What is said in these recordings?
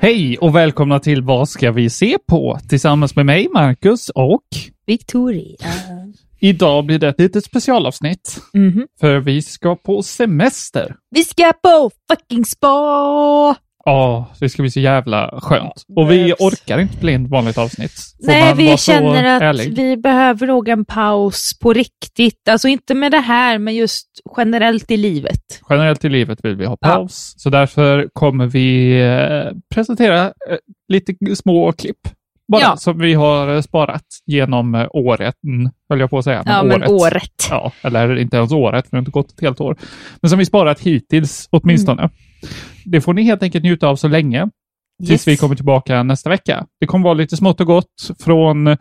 Hej och välkomna till Vad ska vi se på? Tillsammans med mig, Marcus och Victoria. idag blir det ett litet specialavsnitt. Mhm. För vi ska på semester. Vi ska på fucking spa! Ja, det ska bli så jävla skönt. Och vi orkar inte bli ett vanligt avsnitt. Får Nej, man vara vi så känner att ärlig? vi behöver nog en paus på riktigt. Alltså inte med det här, men just generellt i livet. Generellt i livet vill vi ha Ja. paus, så därför kommer vi eh, presentera eh, lite små klipp. Bara Ja. som vi har eh, sparat genom eh, året, mm, höll jag på att säga. Ja, men året. Ja, eller inte ens året, för det har inte gått ett helt år. Men som vi sparat hittills åtminstone. Det får ni helt enkelt njuta av så länge, tills Yes. vi kommer tillbaka nästa vecka. Det kommer vara lite smått och gott från eh,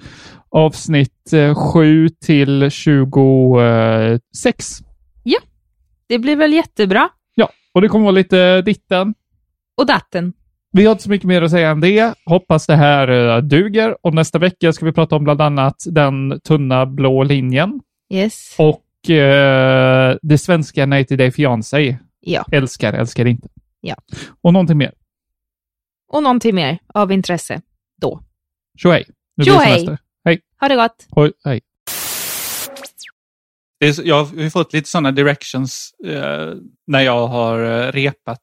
avsnitt 7 till 26. Det blir väl jättebra. Ja, och det kommer vara lite ditten. Och datten. Vi har inte så mycket mer att säga än det. Hoppas det här eh, duger. Och nästa vecka ska vi prata om bland annat den tunna blå linjen Yes. och eh, det svenska Nej till dig fiancé. Ja. Älskar, älskar inte. Ja. Och någonting mer. Och någonting mer av intresse. Tjohej! Nu blir det Tjohej! semester. Hej! Ha det gott! Hoj, hej. Det är, så- jag har vi har fått lite sådana directions eh, när jag har eh, repat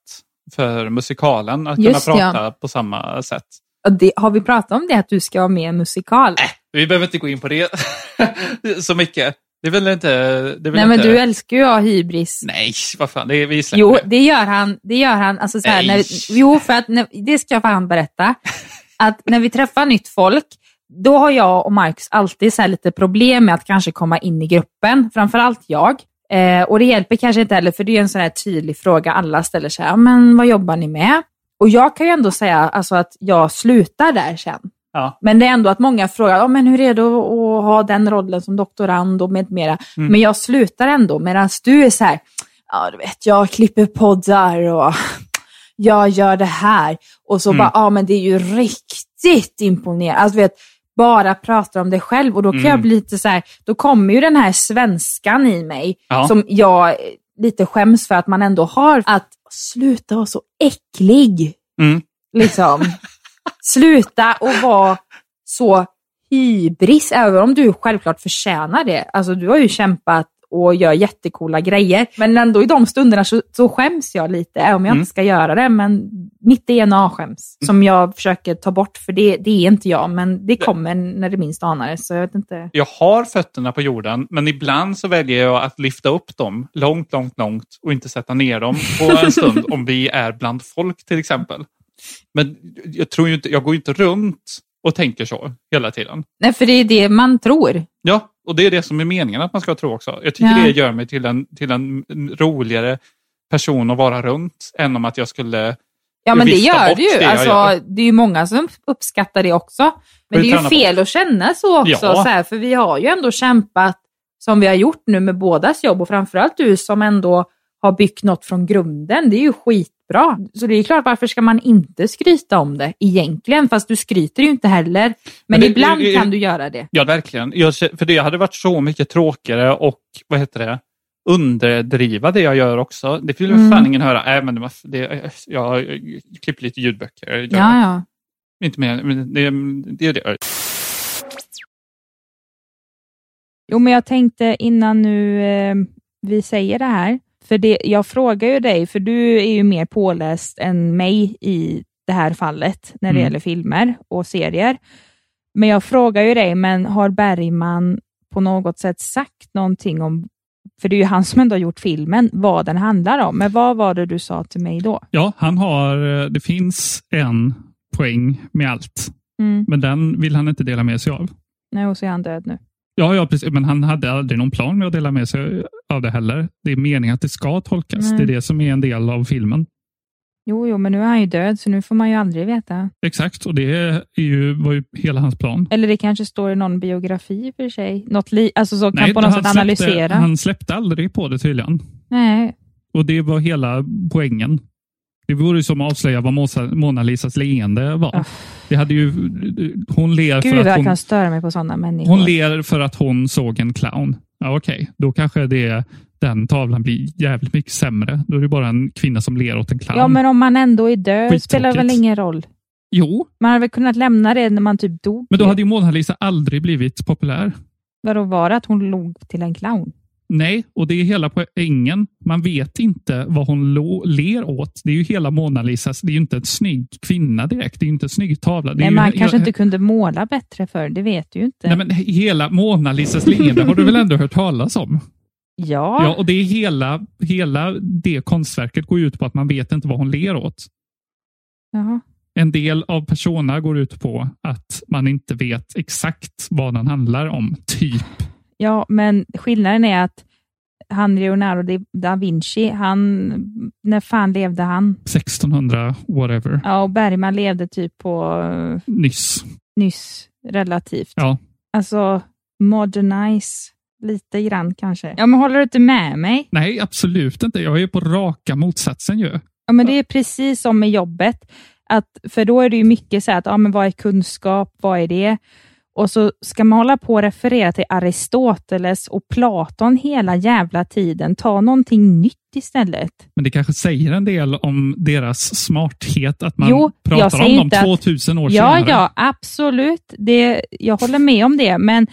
för musikalen, att Just kunna det, ja. prata på samma sätt. Ja, Det, har vi pratat om det, att du ska vara med i en musikal? Vi behöver inte gå in på det så mycket. Det är väl inte... Det är väl Nej, men inte, du älskar ju att ha hybris. Nej, vad fan, det är, vi släpper Jo, det. det gör han. Det gör han. Alltså, så här, Nej. när, jo, för att, när, det ska jag fan berätta. Att när vi träffar nytt folk, då har jag och Marcus alltid så här lite problem med att kanske komma in i gruppen. Framförallt jag. Eh, och det hjälper kanske inte heller, för det är ju en sån här tydlig fråga alla ställer sig. "Ja, Men vad jobbar ni med? Och jag kan ju ändå säga alltså, att jag slutar där sen. Ja. Men det är ändå att många frågar, ja men hur är det att att ha den rollen som doktorand och med mera. Mm. Men jag slutar ändå, medan du är så här, ja du vet, jag klipper poddar och jag gör det här. Och så Mm. bara, ja men det är ju riktigt imponerande. Alltså du vet, bara pratar om det själv och då kan Mm. jag bli lite så här, då kommer ju den här svenskan i mig Ja. som jag eh, lite skäms för att man ändå har, att sluta vara så äcklig. Mm. Liksom. sluta och vara så hybris, även om du självklart förtjänar det. Alltså du har ju kämpat och gör jättekola grejer. Men ändå i de stunderna så, så skäms jag lite, även om jag Mm. inte ska göra det. Men mitt DNA skäms, som jag försöker ta bort, för det, det är inte jag. Men det kommer när det minst anar det, så jag vet inte. jag har fötterna på jorden, men ibland så väljer jag att lyfta upp dem långt, långt, långt och inte sätta ner dem på en stund om vi är bland folk till exempel. Men jag, tror ju inte, jag går ju inte runt och tänker så hela tiden. Nej, för det är det man tror. Ja, och det är det som är meningen att man ska tro också. Jag tycker Ja. det gör mig till en, till en roligare person att vara runt än om att jag skulle... Ja, men det Vifta gör bort det ju. det jag alltså, gör. Det är ju många som uppskattar det också. Men Vi det är tränar ju på fel att känna så också, Ja. så här, för vi har ju ändå kämpat som vi har gjort nu med bådas jobb och framförallt du som ändå har byggt något från grunden. Det är ju skitbra. Så det är ju klart, varför ska man inte skryta om det egentligen? Fast du skryter ju inte heller. Men, Men det- ibland det- det- kan du göra det. Ja, verkligen. Jag, för det hade varit så mycket tråkigare och, vad heter det, underdriva det jag gör också. Det vill mm. Mm. fan ingen höra. Äh, men det, var- det, jag har klippt lite ljudböcker. Jag, gör Ja, ja. Inte mer, men det, det är det. Jo, men jag tänkte innan nu eh, vi säger det här, för det, jag frågar ju dig, för du är ju mer påläst än mig i det här fallet, när det Mm. gäller filmer och serier. Men jag frågar ju dig, men har Bergman på något sätt sagt någonting om för det är ju han som ändå har gjort filmen, vad den handlar om. Men vad var det du sa till mig då? Ja, han har, eh, det finns en poäng med allt, Mm. men den vill han inte dela med sig av. Nej, och så är han död nu. Ja, ja, precis. Men han hade aldrig någon plan med att dela med sig av det heller. Det är meningen att det ska tolkas. Nej. Det är det som är en del av filmen. Jo, jo, men nu är han ju död, så nu får man ju aldrig veta. Exakt, och det är ju, var ju hela hans plan. Eller det kanske står i någon biografi för sig. Något li- alltså så kan på han något sätt släppte- analysera. Han släppte aldrig på det tydligen. Nej. Och det var hela poängen. Det vore ju som att avslöja vad Mosa- Mona Lisas leende var. Ja. Det hade ju, hon ler för Gud vad att jag hon, kan störa mig på sådana människor. hon ler för att hon såg en clown. Ja, Okej, då kanske det, den tavlan blir jävligt mycket sämre. Då är det bara en kvinna som ler åt en clown. ja, men om man ändå är död spelar det väl Skittråkigt. ingen roll. Jo, Man hade väl kunnat lämna det när man typ dog. men då hade ju Mona Lisa aldrig blivit populär. Vadå var det att hon log till en clown? Nej, och det är hela poängen. Man vet inte vad hon lo- ler åt. Det är ju hela Mona Lisas. Det är ju inte en snygg kvinna direkt. Det är ju inte en snygg tavla. Det är Nej, ju man he- kanske he- inte kunde måla bättre för det vet du ju inte. Nej, men he- hela Mona Lisas leende har du väl ändå hört talas om? ja. Ja, och det är hela, hela det konstverket går ju ut på att man vet inte vad hon ler åt. Jaha. En del av Persona går ut på att man inte vet exakt vad den handlar om, typ. ja, men skillnaden är att han Leonardo di- da Vinci, han, när fan levde han? 1600 whatever, Ja, och Bergman levde typ på eh, nyss. nyss, relativt. Ja. Alltså, modernize lite grann kanske. Ja, men håller du inte med mig? Nej, absolut inte. Jag är på raka motsatsen ju. Ja, men det är precis som med jobbet. Att, för då är det ju mycket så här att, ja, men vad är kunskap? Vad är det? Och så ska man hålla på och referera till Aristoteles och Platon hela jävla tiden. Ta någonting nytt istället. Men det kanske säger en del om deras smarthet att man Jo, jag pratar säger om dem inte att- 2000 år Ja, senare. ja, absolut. Det, jag håller med om det, men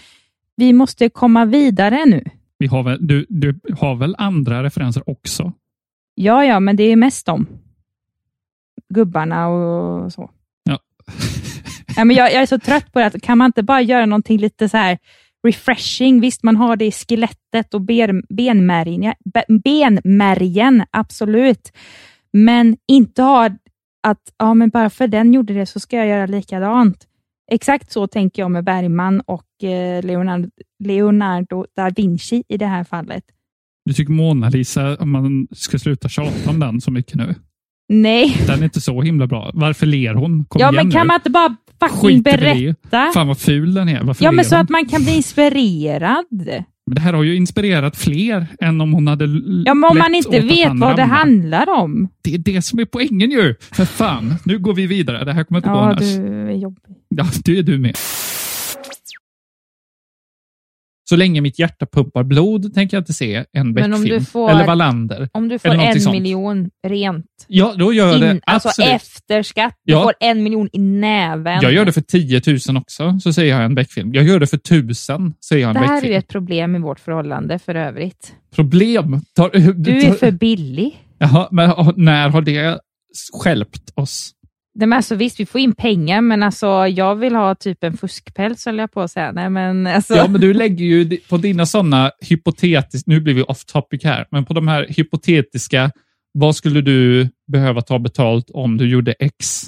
vi måste komma vidare nu. Vi har väl, du, du har väl andra referenser också? Ja, ja, men det är mest om gubbarna och så. Ja. Nej, men jag, jag är så trött på det. att Kan man inte bara göra någonting lite så här refreshing? Visst, man har det i skelettet och ben, benmärgen, ja, be- benmärgen, absolut. Men inte ha att ja, men bara för den gjorde det så ska jag göra likadant. Exakt så tänker jag med Bergman och eh, Leonardo, Leonardo da Vinci i det här fallet. Du tycker Mona Lisa, om man ska sluta tjata om den så mycket nu. Nej, Den är inte så himla bra. Varför ler hon? Kom ja, igen men kan nu. man inte bara fucking Skiter i det. berätta? Fan vad ful den är. Varför Ja, ler men så hon? att man kan bli inspirerad. Men det här har ju inspirerat fler än om hon hade l- Ja, men om lätt man inte åt att vet han vad det ramlar. handlar om. Det är det som är poängen ju. För fan, nu går vi vidare. Det här kommer inte gå Ja, annars. du är jobbig. Ja, det är du med. Så länge mitt hjärta pumpar blod tänker jag inte se en Men om Beck-film. du får- Eller Wallander. Om du får Eller någonting en sånt. miljon rent, alltså Ja, då gör jag det. Absolut. efter skatt, du Ja. får en miljon i näven. jag gör det för 10 000 också, så säger jag en Beck-film. Jag gör det för 1000, säger jag en Det här är Beck-film. ju ett problem i vårt förhållande för övrigt. Problem. Tar, Du är för billig. Jaha, men har- när har det skälpt oss? Nej, men alltså, visst, vi får in pengar, men alltså, jag vill ha typ en fuskpäls, höll jag på att säga. Nej, men, alltså, Ja, men du lägger ju di- på dina sådana hypotetiska, nu blir vi off topic här, men på de här hypotetiska, vad skulle du behöva ta betalt om du gjorde X?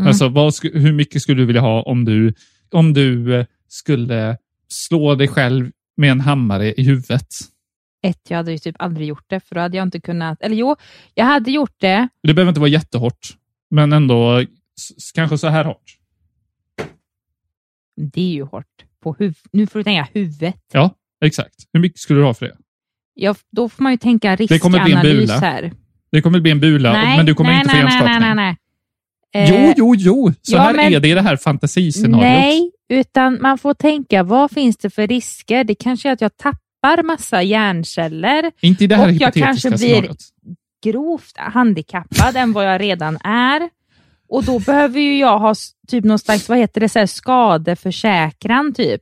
Mm. Alltså, vad, sku- hur mycket skulle du vilja ha om du, om du eh, skulle slå dig själv med en hammare i huvudet? Ett, jag hade ju typ aldrig gjort det, för då hade jag inte kunnat... Eller jo, jag hade gjort det. Det behöver inte vara jättehårt, men ändå s- s- kanske så här hårt. Det är ju hårt. På huv... Nu får du tänka huvudet. Ja, exakt. Hur mycket skulle du ha för det? Ja, då får man ju tänka kommer bli en riskanalys bula. här. Det kommer bli en bula, men du kommer nej, inte få nej, nej, hjärnskakning. nej, nej, nej. Jo, Eh, jo, jo. Så ja, här men- är det i det här fantasiscenariot. nej, utan man får tänka, vad finns det för risker? Det kanske är att jag tappar massa hjärnceller, Inte i det här Och jag hypotetiska kanske blir- scenariot. grovt handikappad än vad jag redan är. Och då behöver ju jag ha s- typ någon slags, vad heter det, så här, skadeförsäkran typ.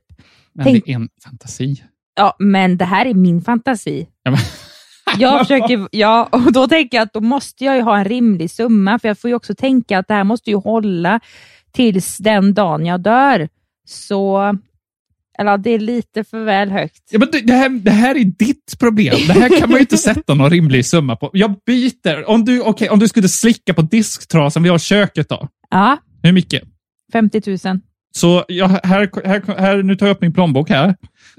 Men tänk- det är en fantasi. Ja, men det här är min fantasi. Ja, men- Jag försöker, ja, och då tänker jag att då måste jag ju ha en rimlig summa, för jag får ju också tänka att det här måste ju hålla tills den dagen jag dör. Så Eller ja, det är lite för väl högt. Ja, men det, det, här, det här är ditt problem. Det här kan man ju inte sätta någon rimlig summa på. Jag byter. Om du, okay, om du skulle slicka på disktrasan vi har i köket då. Ja, Hur mycket? 50 000. Så jag, här, här, här, nu tar jag upp min plånbok här.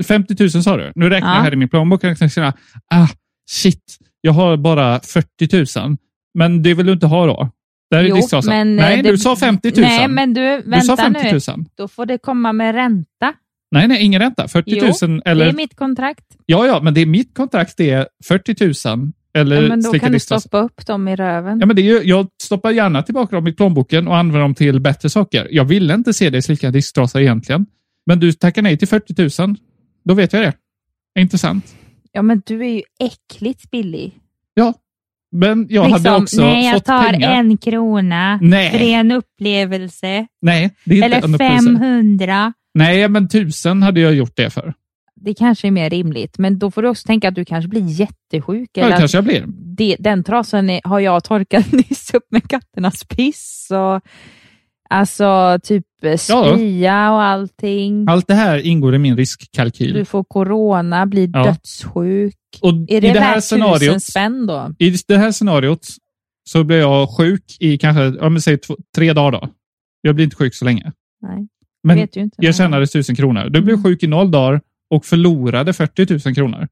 50 000 sa du. Nu räknar Ja. jag här i min plånbok. och Jag känner, ah, shit, jag har bara 40 000. Men det vill du inte ha då? Det här är Jo, disktrasan. men, eh, nej, det- du sa 50 000. Nej, men du, vänta du sa 50 000. nu. Då får det komma med ränta. Nej, nej, ingen ränta. 40 000 eller... Det är mitt kontrakt. Ja, ja, men det är mitt kontrakt. Det är 40 000 eller Ja, men då slicka kan du disktrasan. stoppa upp dem i röven. Eh, Ja, men det är ju, jag stoppar gärna tillbaka dem i plånboken och använder dem till bättre saker. Jag ville inte se dig slicka disktrasa egentligen. Men du tackar nej till 40 000. Då vet jag det. Intressant. Ja, men du är ju äckligt billig. Liksom, Men jag hade också nej, jag fått tar pengar. en krona för det Nej, är en upplevelse. nej, det är inte en Eller upplevelse. 500. Nej, men tusen hade jag gjort det för. Det kanske är mer rimligt, men då får du också tänka att du kanske blir jättesjuk. Ja, Eller det att kanske jag blir. det, den trasan är, har jag torkat nyss upp med katternas piss. Och, alltså typ eh, spya och allting. Allt det här ingår i min riskkalkyl. Du får corona, blir Ja. dödssjuk. Och Är det, i det här värt tusen scenariot, spänn då? I det här scenariot så blir jag sjuk i kanske, ja, men säg två, tre dagar då. Jag blir inte sjuk så länge. Nej, det Men vet du inte. Jag tjänade 1000 kronor. Du Mm. blev sjuk i noll dagar och förlorade 40 000 kronor.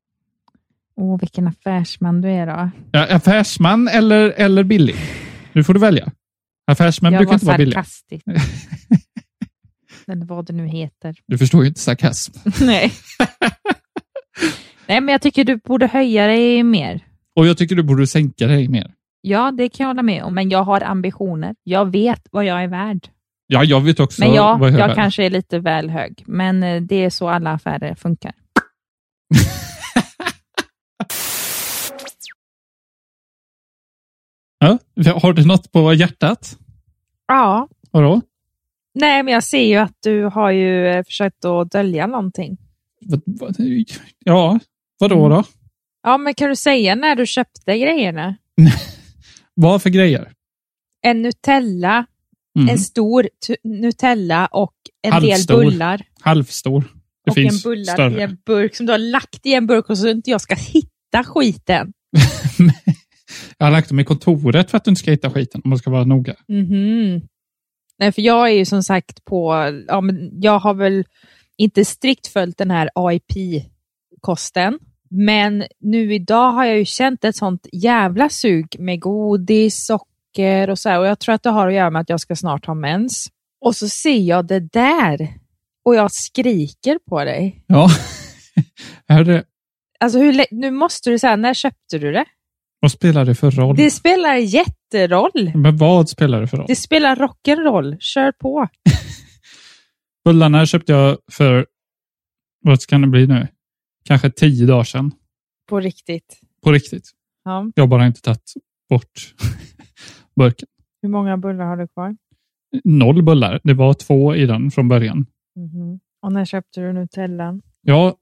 Åh, vilken affärsman du är då. Ja, affärsman eller, eller billig? Nu får du välja. Affärsmän jag brukar var inte vara billiga. sarkastisk. Eller vad det nu heter. Du förstår ju inte sarkasm. Nej. Nej, men jag tycker du borde höja dig mer. Och jag tycker du borde sänka dig mer. Ja, det kan jag hålla med om, men jag har ambitioner. Jag vet vad jag är värd. Ja, jag vet också Men ja, vad jag, är. kanske är lite väl hög, men eh, det är så alla affärer funkar. Ja? Har du något på hjärtat? Ja. Vadå? Nej, men jag ser ju att du har ju eh, försökt att dölja någonting. Vad- vad- Ja, Mm. vadå då? Ja, men kan du säga när du köpte grejerna? Vad för grejer? En Nutella, Mm. en stor tu- Nutella och en Halvstor. del bullar. Halvstor. Det och en finns bullar i större. en burk som du har lagt i en burk och så inte jag ska hitta skiten. Jag har lagt dem i kontoret för att du inte ska hitta skiten om man ska vara noga. Mhm. Nej, för jag är ju som sagt på, ja, men jag har väl inte strikt följt den här AIP-kosten, men nu idag har jag ju känt ett sånt jävla sug med godis, socker och så här, och jag tror att det har att göra med att jag ska snart ha mens. Och så ser jag det där och jag skriker på dig. Ja. är det, Alltså hur, lä- nu måste du säga, när köpte du det? vad spelar det för roll? Det spelar jätteroll. Men vad spelar det för roll? Det spelar rock'n'roll. Kör på. Bullarna köpte jag för, vad kan det bli nu? Kanske tio dagar sedan. På riktigt. På riktigt. Ja. Jag har bara inte tagit bort burken. Hur många bullar har du kvar? Noll bullar. Det var två i den från början. Och när köpte du Nutellan? Ja,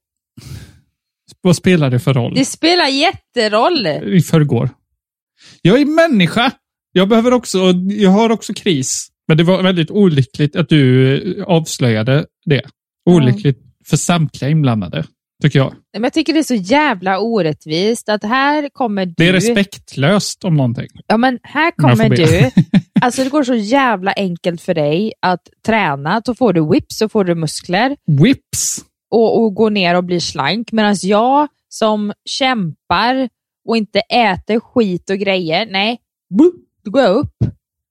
vad spelar det för roll? Det spelar jätteroll. I förrgår. Jag är människa. Jag behöver också, jag har också kris. Men det var väldigt olyckligt att du eh, avslöjade det. Olyckligt för samtliga inblandade, tycker jag. Nej, Men jag tycker det är så jävla orättvist att här kommer du. Det är respektlöst om någonting. Ja, men här Om jag kommer får be. du. Alltså det går så jävla enkelt för dig att träna. Då får du whips så får du muskler Whips. och, och går ner och blir slank. Medan jag som kämpar och inte äter skit och grejer, nej, då går jag upp.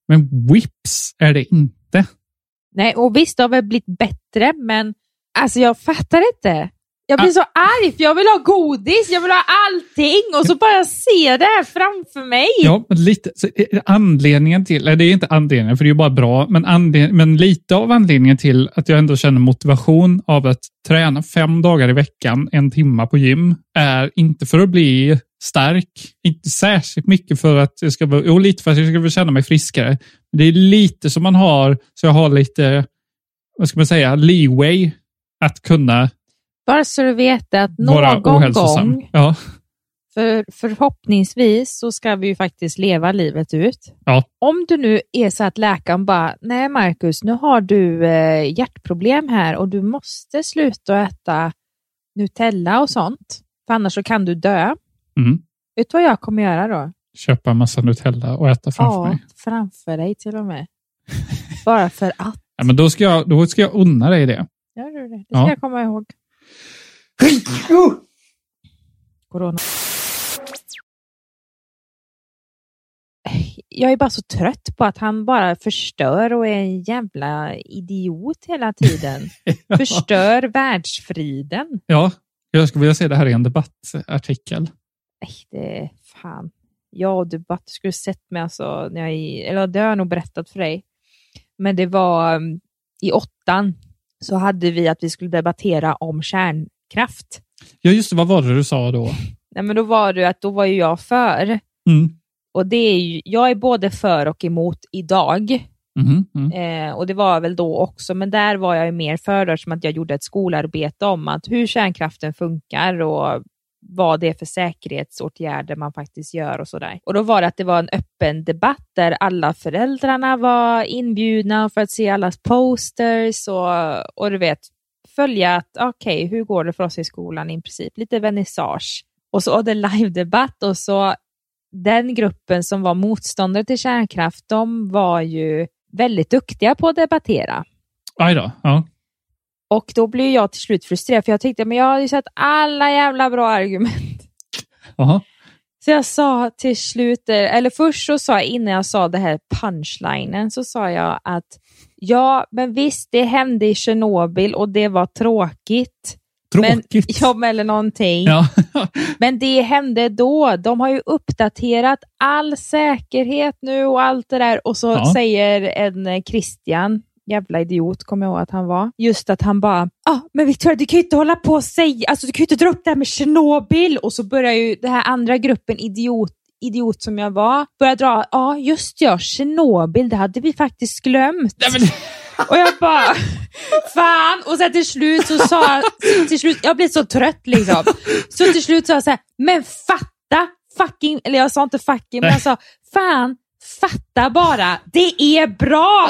Men whips är det inte. Nej, och visst, det har väl blivit bättre, men alltså jag fattar inte. Jag blir så arg, för jag vill ha godis, jag vill ha allting och så bara se det här framför mig. Ja, men lite. Så eh, anledningen till, nej det är inte anledningen, för det är ju bara bra, men, anled, men lite av anledningen till att jag ändå känner motivation av att träna fem dagar i veckan, en timma på gym, är inte för att bli stark, inte särskilt mycket för att jag ska vara, jo lite för att jag ska väl känna mig friskare. Men det är lite som man har, så jag har lite, vad ska man säga, leeway att kunna Bara så du vet att vara någon ohälsosam. gång Ja. För förhoppningsvis så ska vi ju faktiskt leva livet ut. Ja. Om du nu är så att läkaren bara, nej Marcus, nu har du eh, hjärtproblem här och du måste sluta äta Nutella och sånt, för annars så kan du dö. Mm. Vet du vad jag kommer göra då? Köpa en massa Nutella och äta framför ja, mig. framför dig till och med. Bara för att. Ja, men då, ska jag, då ska jag unna dig det. Gör du det? Det ska Ja. jag komma ihåg. Corona. Jag är bara så trött på att han bara förstör och är en jävla idiot hela tiden. Förstör världsfriden. Ja, jag skulle vilja se det här i en debattartikel. Nej, det är fan. Jag och du bara, du skulle sett mig alltså, när jag, i- eller det har jag nog berättat för dig. Men det var um, i åttan så hade vi att vi skulle debattera om kärnkraft. Ja, just det. Vad var det du sa då? Nej, men då var du att då var ju jag för. Mm. Och det är ju, jag är både för och emot idag. Mhm, mm. Eh, och det var jag väl då också, men där var jag ju mer för det, som att jag gjorde ett skolarbete om att hur kärnkraften funkar och vad det är för säkerhetsåtgärder man faktiskt gör och sådär. Och då var det att det var en öppen debatt där alla föräldrarna var inbjudna för att se allas posters och, och du vet, följa att okej, hur går det för oss i skolan i princip? Lite vernissage. Och så var det live-debatt och så den gruppen som var motståndare till kärnkraft, de var ju väldigt duktiga på att debattera. Aj då. Ja. Och då blev jag till slut frustrerad, för jag tänkte, men jag har ju sett alla jävla bra argument. Jaha. Så jag sa till slut, eh, eller först så sa jag, innan jag sa det här punchlinen, så sa jag att ja, men visst, det hände i Tjernobyl och det var tråkigt. Tråkigt. Men, ja, men eller någonting. Ja. Men det hände då. De har ju uppdaterat all säkerhet nu och allt det där. Och så Ja. säger en eh, Christian, jävla idiot kommer jag ihåg att han var, just att han bara, ah, men Victoria du kan ju inte hålla på och säga, alltså du kan ju inte dra upp det här med Tjernobyl. Och så börjar ju den här andra gruppen idiot idiot som jag var, började dra, ja ah, just ja, Tjernobyl, det hade vi faktiskt glömt. Nej, men, Och jag bara, fan! Och sen till slut så sa till slut, jag blev så trött liksom. Så till slut sa jag så här, men fatta fucking, eller jag sa inte fucking, men jag sa, fan, fatta bara, det är bra!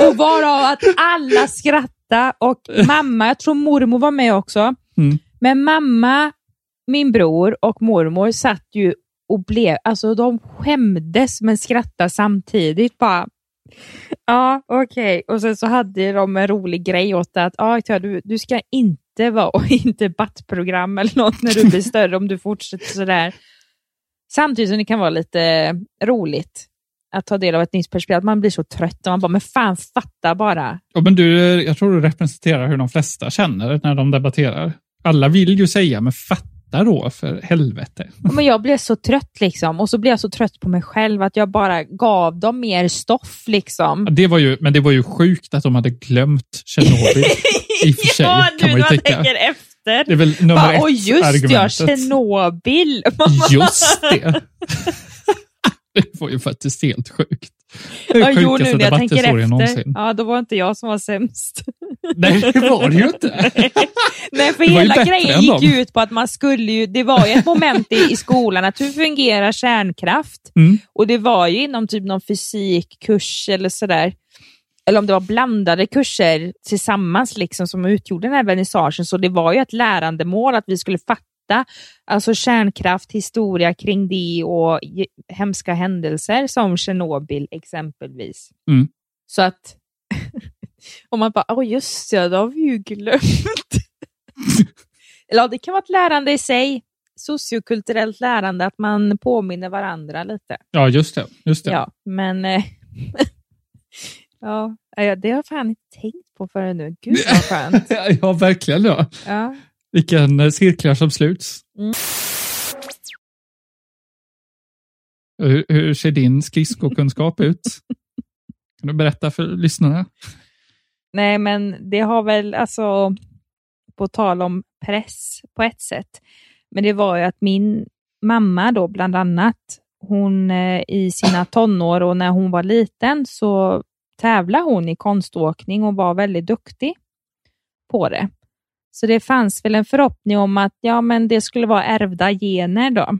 och varav att alla skrattade och mamma, jag tror mormor var med också, Mm. men mamma, min bror och mormor satt ju och blev, alltså de skämdes men skrattade samtidigt bara. Ja, okej. Och sen så hade de en rolig grej åt det att ja, Victoria, du, du ska inte vara och inte battprogram eller något när du blir större om du fortsätter sådär. Samtidigt som det kan vara lite roligt att ta del av ett nytt perspektiv. Att man blir så trött och man bara, men fan fatta bara. ja, men du, jag tror du representerar hur de flesta känner när de debatterar. Alla vill ju säga, men fatta då för helvete. Men jag blev så trött liksom och så blev jag så trött på mig själv att jag bara gav dem mer stoff liksom. Ja, Det var ju, men det var ju sjukt att de hade glömt Tjernobyl. I och för sig, ja, kan man ju nu när jag tänka. tänker efter. Det är väl nummer Bara, ett och just ja, argumentet. Tjernobyl. Just det. Det var ju faktiskt helt sjukt. Det är Ja, jo, nu sjukaste när jag tänker debatthistorien efter. någonsin. Ja, då var inte jag som var sämst. Nej, det var det ju inte. Nej, för Det var ju hela bättre grejen än gick dem. ju ut på att man skulle ju, det var ju ett moment i, i skolan att hur fungerar kärnkraft? Mm. Och det var ju inom typ någon fysikkurs eller sådär. Eller om det var blandade kurser tillsammans liksom som utgjorde den här vernissagen. Så det var ju ett lärandemål att vi skulle fatta alltså kärnkraft, historia kring det och ge- hemska händelser som Tjernobyl exempelvis. Mm. Så att om man bara, åh just det, det har vi ju glömt. Eller ja, det kan vara ett lärande i sig, sociokulturellt lärande, att man påminner varandra lite. Ja, just det. Just det. Ja, men eh, ja, eh, det har jag fan inte tänkt på förrän nu. Gud vad skönt. Ja, verkligen. Ja. Ja. Vilken eh, cirklar som sluts. Mm. Hur, hur ser din skridskokunskap ut? Kan du berätta för lyssnarna? Nej, men det har väl alltså, på tal om press på ett sätt, men det var ju att min mamma då bland annat, hon eh, i sina tonår och när hon var liten så tävlade hon i konståkning och var väldigt duktig på det. Så det fanns väl en förhoppning om att ja, men det skulle vara ärvda gener. Då.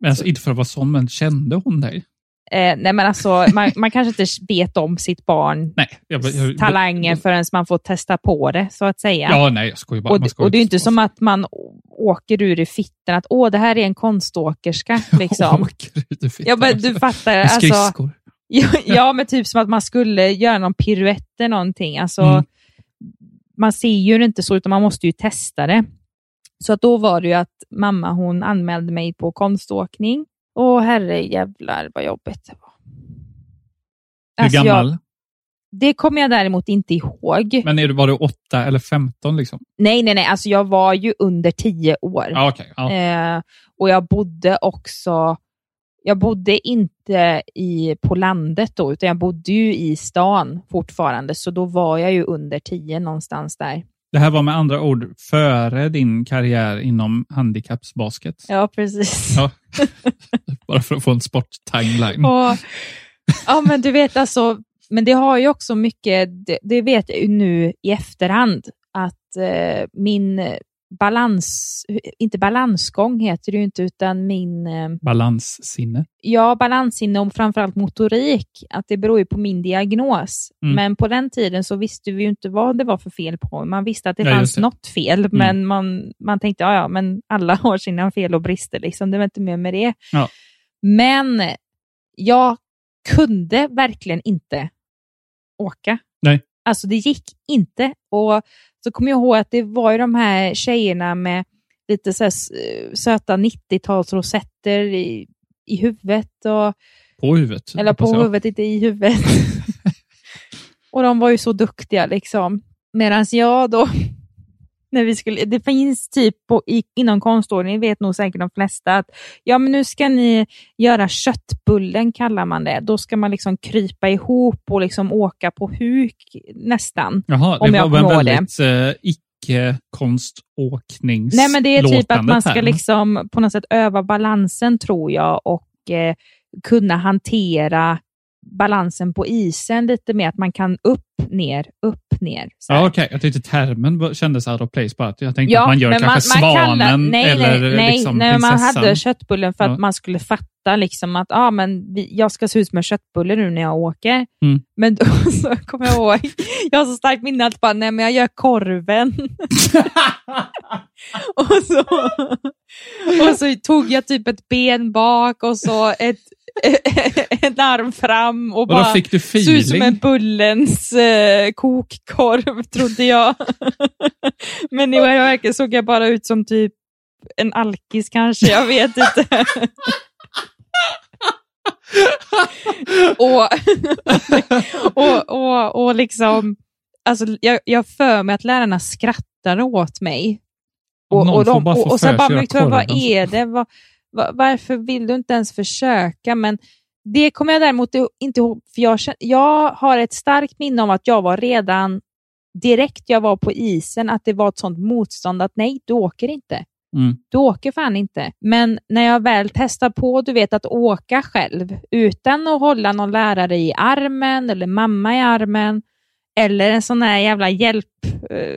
Men alltså, inte för att vara sån, men kände hon dig? Eh, nej, men alltså, man, man kanske inte vet om sitt barn Nej. Jag, bara- jag, talanger förrän man får testa på det, så att säga. Ja, nej, jag skojar bara. och, Man det- ska och det är ju ju inte som att man å- åker ur i fitten, att åh, det här är en konståkerska. Liksom. Åker ut i fittan. ja, men du fattar. Med Alltså, Skridskor. ja, ja, men typ som att man skulle göra någon piruett eller någonting. Alltså, Mm. Man ser ju det inte så, utan man måste ju testa det. Så att då var det ju att mamma hon anmälde mig på konståkning. Åh herre jävlar vad jobbigt det var. Hur Alltså, jag- gammal? det kommer jag däremot inte ihåg. Men är du, var du åtta eller femton? Liksom? Nej, nej, nej. Alltså, jag var ju under tio år. Ja, okej. ja. Eh, och jag bodde också, jag bodde inte i, på landet då, utan jag bodde ju i stan fortfarande, så då var jag ju under 10 någonstans där. Det här var med andra ord före din karriär inom handikappsbasket. Ja, precis. Ja. Bara för att få en sport-timeline. Och, ja, men du vet alltså, men det har ju också mycket, det, det vet jag ju nu i efterhand, att eh, min balans, inte balansgång heter det ju inte, utan min eh, Balanssinne. Ja, balanssinne och framförallt motorik, att det beror ju på min diagnos. Mm. Men på den tiden så visste vi ju inte vad det var för fel på mig. Man visste att det Ja, fanns just det. Mm. något fel, men man, man tänkte ja, ja, men alla har sina fel och brister, liksom. det var inte mer med det. Ja. Men jag kunde verkligen inte åka. Nej. Alltså det gick inte. Och så kommer jag ihåg att det var ju de här tjejerna med lite så här s- eh, söta 90-talsrosetter i, i huvudet. Och, På huvudet. eller på hoppas jag. huvudet, inte i huvudet. och de var ju så duktiga liksom. Medan jag då, när vi skulle, det finns typ på, i, inom konståkning, vet nog säkert de flesta, att ja, men nu ska ni göra köttbullen, kallar man det. Då ska man liksom krypa ihop och liksom åka på huk nästan. Jaha, om det jag var en kommer ihåg väldigt eh, icke-konståknings Nej, men det är typ att låtande man ska term. liksom på något sätt öva balansen tror jag och eh, kunna hantera balansen på isen lite mer. Att man kan upp, ner, upp, ner. Så här. Ja, okej. Jag tyckte termen var- kändes out of place bara. Jag tänkte Ja, att man gör men kanske svanen kallar- nej, eller nej, nej, liksom nej, man prinsessan. hade köttbullen för att Ja. man skulle fatta liksom att ah, men vi, jag ska se ut som en köttbulle nu när jag åker. Mm. Men då så kommer jag ihåg, jag har så starkt minne att bara, nej men jag gör korven. och, så, och så tog jag typ ett ben bak och så ett, en arm fram och Och då bara fick du Ser ut som feeling. en Bullens eh, kokkorv, trodde jag. Men i själva verket såg jag bara ut som typ en alkis kanske, jag vet inte. och, och, och, och liksom, alltså, jag, jag för mig att lärarna skrattade åt mig. Om någon Och, och, får de, bara få och, och för sig sen bara, att göra men, Victoria, vad korven." är det? Vad, vad, varför vill du inte ens försöka? Men det kommer jag däremot i- inte ihåg, för jag, kän- jag har ett starkt minne om att jag var redan direkt jag var på isen, att det var ett sånt motstånd att nej, du åker inte. Mm. Du åker fan inte. Men när jag väl testar på, du vet, att åka själv utan att hålla någon lärare i armen eller mamma i armen eller en sån där jävla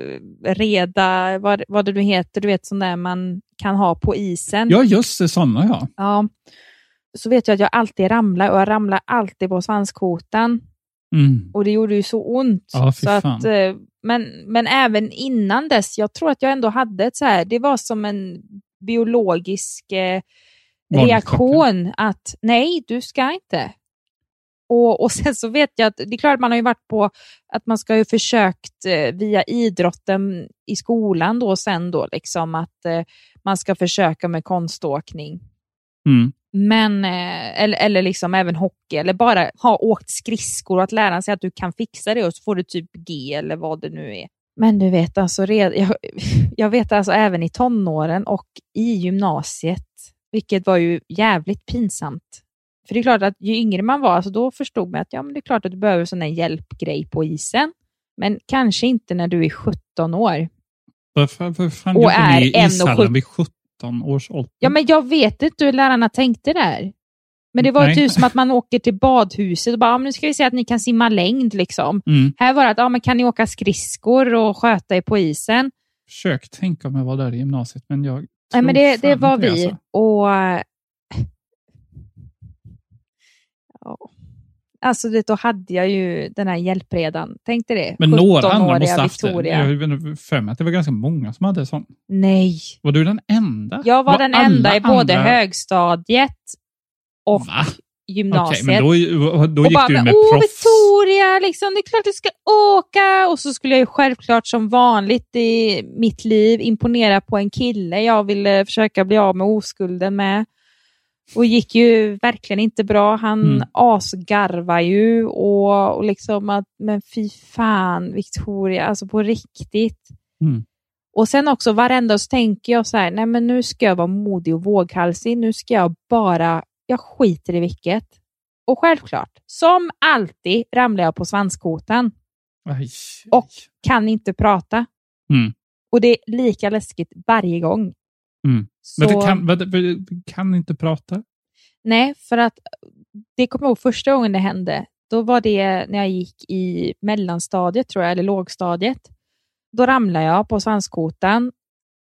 hjälpreda, vad, vad det nu heter, du vet sån där man kan ha på isen. Ja, just det. Sådana, ja. Ja. Så vet jag att jag alltid ramlar och jag ramlar alltid på svanskotan. Mm. Och det gjorde ju så ont. Ja, fy så att, fan. eh, men, men även innan dess, jag tror att jag ändå hade ett så här, det var som en biologisk eh, Vanligt reaktion att nej, du ska inte. Och, och sen så vet jag att, det är klart man har ju varit på att man ska ju försökt eh, via idrotten i skolan då sen då liksom att eh, man ska försöka med konståkning. Mm. Men, eh, eller, eller liksom även hockey, eller bara ha åkt skridskor och att läraren säger att du kan fixa det och så får du typ G eller vad det nu är. Men du vet, alltså, red, jag, jag vet alltså även i tonåren och i gymnasiet, vilket var ju jävligt pinsamt. För det är klart att ju yngre man var, alltså, då förstod man att ja, men det är klart att du behöver sån där hjälpgrej på isen. Men kanske inte när du är 17 år. Varför, varför fan Och gjorde är ni en och ishallen sju- vid 17 års ålder? Ja, men jag vet inte hur lärarna tänkte där. Men det var ju Nej. typ som att man åker till badhuset och bara, ja, men nu ska vi se att ni kan simma längd liksom. Mm. Här var det att, ja, men kan ni åka skridskor och sköta er på isen? försökt tänka om jag var där i gymnasiet, men jag Nej, men tror det, det fan var inte vi. alltså. Och... Ja. Alltså, det, då hade jag ju den här hjälpredan. Tänkte det. Men några andra 17-åriga måste ha haft det. Victoria. Jag har för mig att det var ganska många som hade sån. Nej. Var du den enda? Jag var, den alla enda i både andra- högstadiet och Va? Okej, gymnasiet. men då, då och gick bara, du med Åh, proffs. Victoria, liksom, det är klart du ska åka. Och så skulle jag ju självklart som vanligt i mitt liv imponera på en kille jag ville försöka bli av med oskulden med. Och gick ju verkligen inte bra. Han Mm. asgarvar ju och, och liksom att, men fy fan Victoria, alltså på riktigt. Mm. Och sen också varenda så tänker jag så här, nej men nu ska jag vara modig och våghalsig. Nu ska jag bara, jag skiter i vilket. Och självklart, som alltid ramlar jag på svanskotan. Aj. Och- Kan inte prata. Mm. Och det är lika läskigt varje gång. Mm. Så, Men du kan, vad- vad- kan inte prata? Nej, för att det kommer jag ihåg första gången det hände. Då var det när jag gick i mellanstadiet, tror jag, eller lågstadiet. Då ramlade jag på svanskotan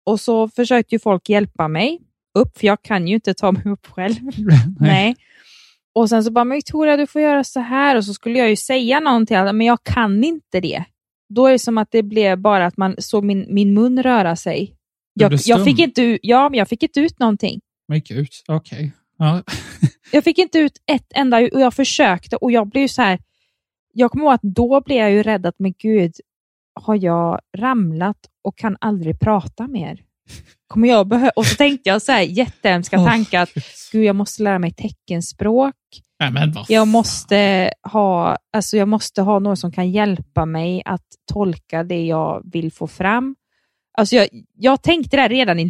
och så försökte ju folk hjälpa mig upp, för jag kan ju inte ta mig upp själv. Nej. Och sen så bara, men Victoria du får göra så här. Och så skulle jag ju säga någonting, men jag kan inte det. Då är det som att det blev bara att man såg min, min mun röra sig. Du Jag, blev jag, stum. fick inte, u- ja, men jag fick inte ut någonting. Men gud, okej. Ja. Jag fick inte ut ett enda och jag försökte och jag blev ju så här. Jag kommer ihåg att då blev jag ju rädd att, men gud, har jag ramlat och kan aldrig prata mer? Kommer jag behö-? Och så tänkte jag så här jättehemska Åh, tankar att, gud. gud, jag måste lära mig teckenspråk. Nej, men vad Jag fan. måste, ha, alltså jag måste ha någon som kan hjälpa mig att tolka det jag vill få fram. Alltså jag, jag tänkte det här redan i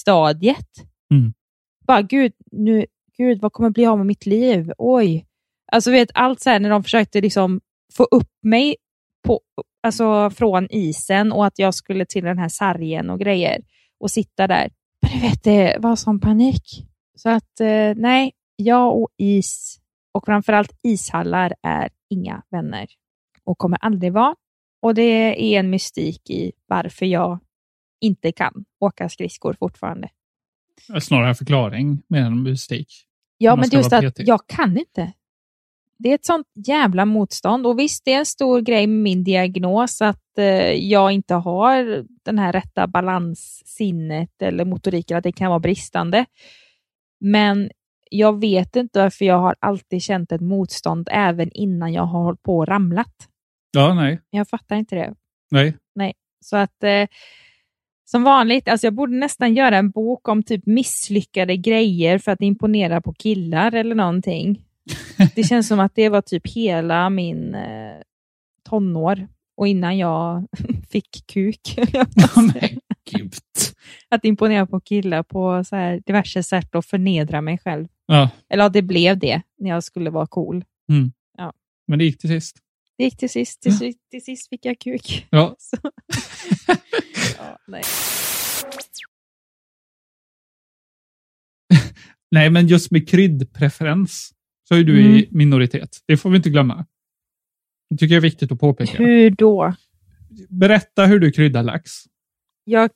lågstadiet. Mm. Bara, gud, nu, gud, vad kommer bli av med mitt liv? Oj. Alltså vet, allt så här när de försökte liksom få upp mig på, alltså från isen och att jag skulle till den här sargen och grejer och sitta där. Men du vet, det var sån panik. Så att eh, nej, jag och is och framförallt ishallar är inga vänner och kommer aldrig vara. Och det är en mystik i varför jag inte kan åka skridskor fortfarande. Snarare en förklaring mer än mystik. Ja, Man men ska just vara att petig. jag kan inte. Det är ett sånt jävla motstånd. Och visst, det är en stor grej med min diagnos att eh, jag inte har den här rätta balanssinnet eller motoriken, att det kan vara bristande. Men jag vet inte varför jag har alltid känt ett motstånd även innan jag har hållit på och ramlat. Ja, nej. Jag fattar inte det. nej. Så att eh, som vanligt, alltså jag borde nästan göra en bok om typ misslyckade grejer för att imponera på killar eller någonting. Det känns som att det var typ hela min eh, tonår och innan jag fick kuk. Ja, nej. Gud. att imponera på killar på så här diverse sätt och förnedra mig själv. Ja, Eller ja, det blev det när jag skulle vara cool. men det gick till sist. Det gick till sist, till, sist- till sist fick jag kuk. Ja. Så, ja, nej. Nej, men just med kryddpreferens så är du i Mm. minoritet. Det får vi inte glömma. Det tycker jag är viktigt att påpeka. Hur då? Berätta hur du kryddar lax. Jag,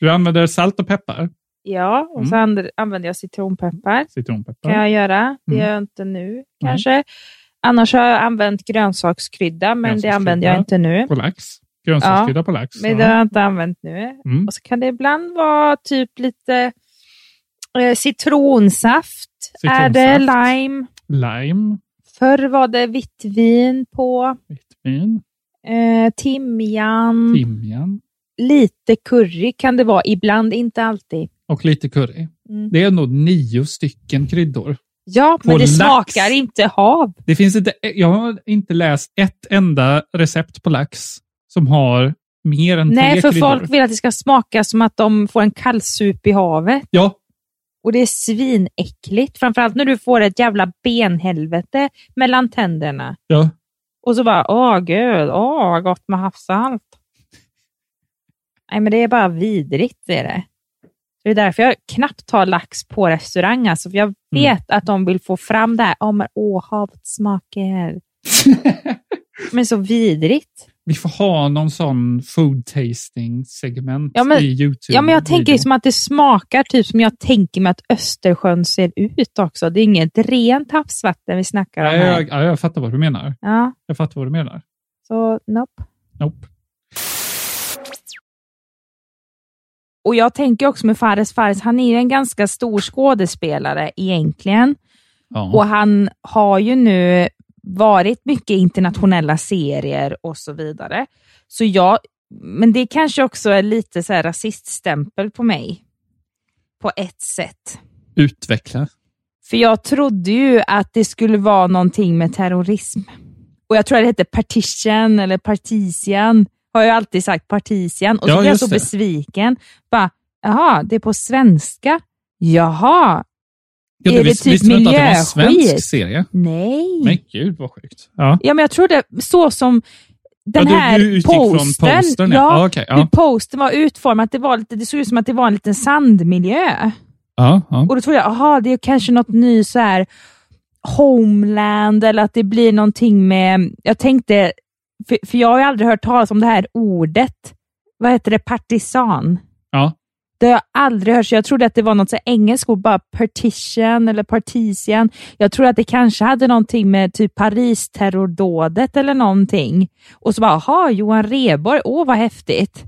Du använder salt och peppar. Ja, och Mm. så and- använder jag citronpeppar. Citronpeppar. kan jag göra. Det Mm. gör jag inte nu kanske. Annars har jag använt grönsakskrydda, men det Grönsakskrydda. använder jag inte nu. På lax. Grönsakskrydda på lax. Men det har ja. jag inte använt nu. Mm. Och så kan det ibland vara typ lite eh, citronsaft. Är det Citronsaft. lime? Lime. Förr var det vitt vin på. Vitamin. Eh, timjan. Timjan. Lite curry kan det vara. Ibland, inte alltid. Och lite curry. Mm. Det är nog nio stycken kryddor. Ja, På men det lax. smakar inte hav. Det finns inte, jag har inte läst ett enda recept på lax som har mer än Nej, tre för kryddor. folk vill att det ska smaka som att de får en kallsup i havet. Ja, Och det är svinäckligt. Framförallt när du får ett jävla benhelvete mellan tänderna. ja. Och så bara, åh gud, åh gott med havssalt. Nej, men det är bara vidrigt. Det är, det. det är därför jag knappt tar lax på restaurang. Alltså, för jag vet att de vill få fram det här, åh, men, åh havet smakar. men så vidrigt. Vi får ha någon sån food tasting segment Ja, men- i Youtube. Ja, men jag tänker video. liksom att det smakar typ som jag tänker mig att Östersjön ser ut också. Det är inget rent havsvatten vi snackar om Ja, här. jag, ja, jag fattar vad du menar. Ja, Jag fattar vad du menar. så nope. Nope. Och jag tänker också med Fares Fares, han är ju en ganska stor skådespelare egentligen. Ja. Och han har ju nu varit mycket internationella serier och så vidare. Så jag, men det kanske också är lite så här rasiststämpel på mig. På ett sätt. Utveckla. För jag trodde ju att det skulle vara någonting med terrorism. Och jag tror att det hette partition eller partisian. Har jag alltid sagt partisian. Och så Ja, blev jag just så det. besviken. Bara, jaha, det är på svenska. Jaha, Ja, Är det visst- typ visste du inte att det var en miljöskit? svensk serie? nej. Men gud vad sjukt. Ja. Ja, men jag trodde så som den ja, du, här du utgick posten, Från postern ja. ja, Ja, okej, hur ja. posten var utformad, det, var lite, det såg ut som att det var en liten sandmiljö. Ja, ja. Och då trodde jag, aha, det är kanske något ny så här homeland eller att det blir någonting med... Jag tänkte, för, för jag har ju aldrig hört talas om det här ordet. Vad heter det? Partisan. Ja. Det har jag aldrig hört, så jag trodde att det var något så här engelskt ord, bara partition eller partisian. Jag tror att det kanske hade någonting med typ Paris-terrordådet eller någonting. Och så bara, aha, Johan Rheborg, åh vad häftigt.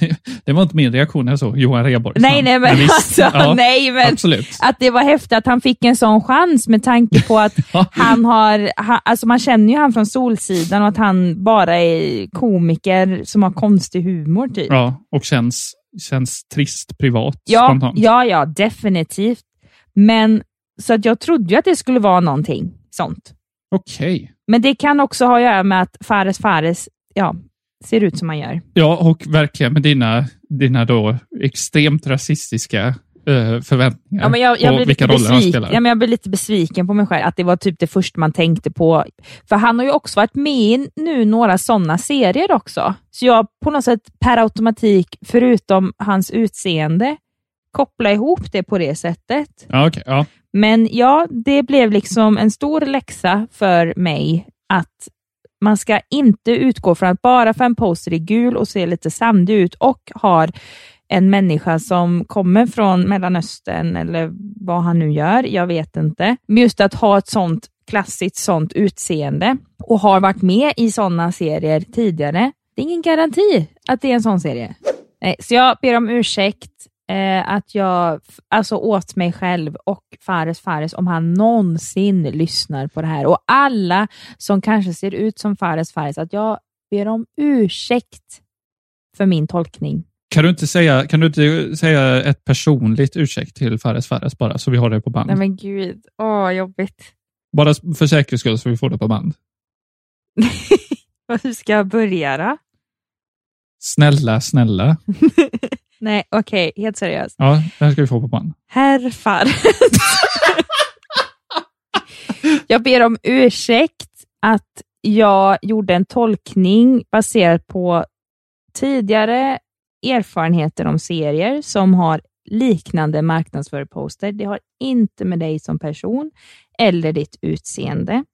Det- det var inte min reaktion när jag såg Johan Rheborg. Nej, nej, men visst. alltså, ja, nej, men Absolut. att det var häftigt att han fick en sån chans med tanke på att Ja. han har, han, alltså man känner ju han från Solsidan och att han bara är komiker som har konstig humor typ. Ja, och känns, känns trist privat ja, spontant. ja, ja, definitivt. Men så att jag trodde ju att det skulle vara någonting sånt. Okej. Men det kan också ha att göra med att Fares Fares ja, ser ut som han gör. Ja, och verkligen med dina, dina då extremt rasistiska eh, förväntningar Ja, men jag, jag, på blir vilka lite roller han besviken, spelar. ja, men jag blir lite besviken på mig själv, att det var typ det första man tänkte på. För han har ju också varit med i nu några sådana serier också. Så jag på något sätt per automatik, förutom hans utseende, kopplar ihop det på det sättet. ja, okej, ja. Men ja, det blev liksom en stor läxa för mig att man ska inte utgå från att bara för en poster är gul och ser lite sandig ut och har en människa som kommer från Mellanöstern eller vad han nu gör, jag vet inte. Men just att ha ett sånt klassiskt sånt utseende och har varit med i sådana serier tidigare. Det är ingen garanti att det är en sån serie. Nej, Eh, så jag ber om ursäkt eh, att jag f- alltså åt mig själv och Fares Fares om han någonsin lyssnar på det här och alla som kanske ser ut som Fares Fares att jag ber om ursäkt för min tolkning. Kan du inte säga, kan du inte säga ett personligt ursäkt till Fares Fares bara, så vi har det på band? Nej men gud, åh jobbigt. Bara för säkerhets skull, så vi får det på band. Hur ska jag börja då? Snälla, snälla. Nej, okej, helt seriöst. Ja, det här ska vi få på band. Herr Fares. jag ber om ursäkt att jag gjorde en tolkning baserad på tidigare erfarenheter om serier som har liknande marknadsföreposter. Det har inte med dig som person eller ditt utseende.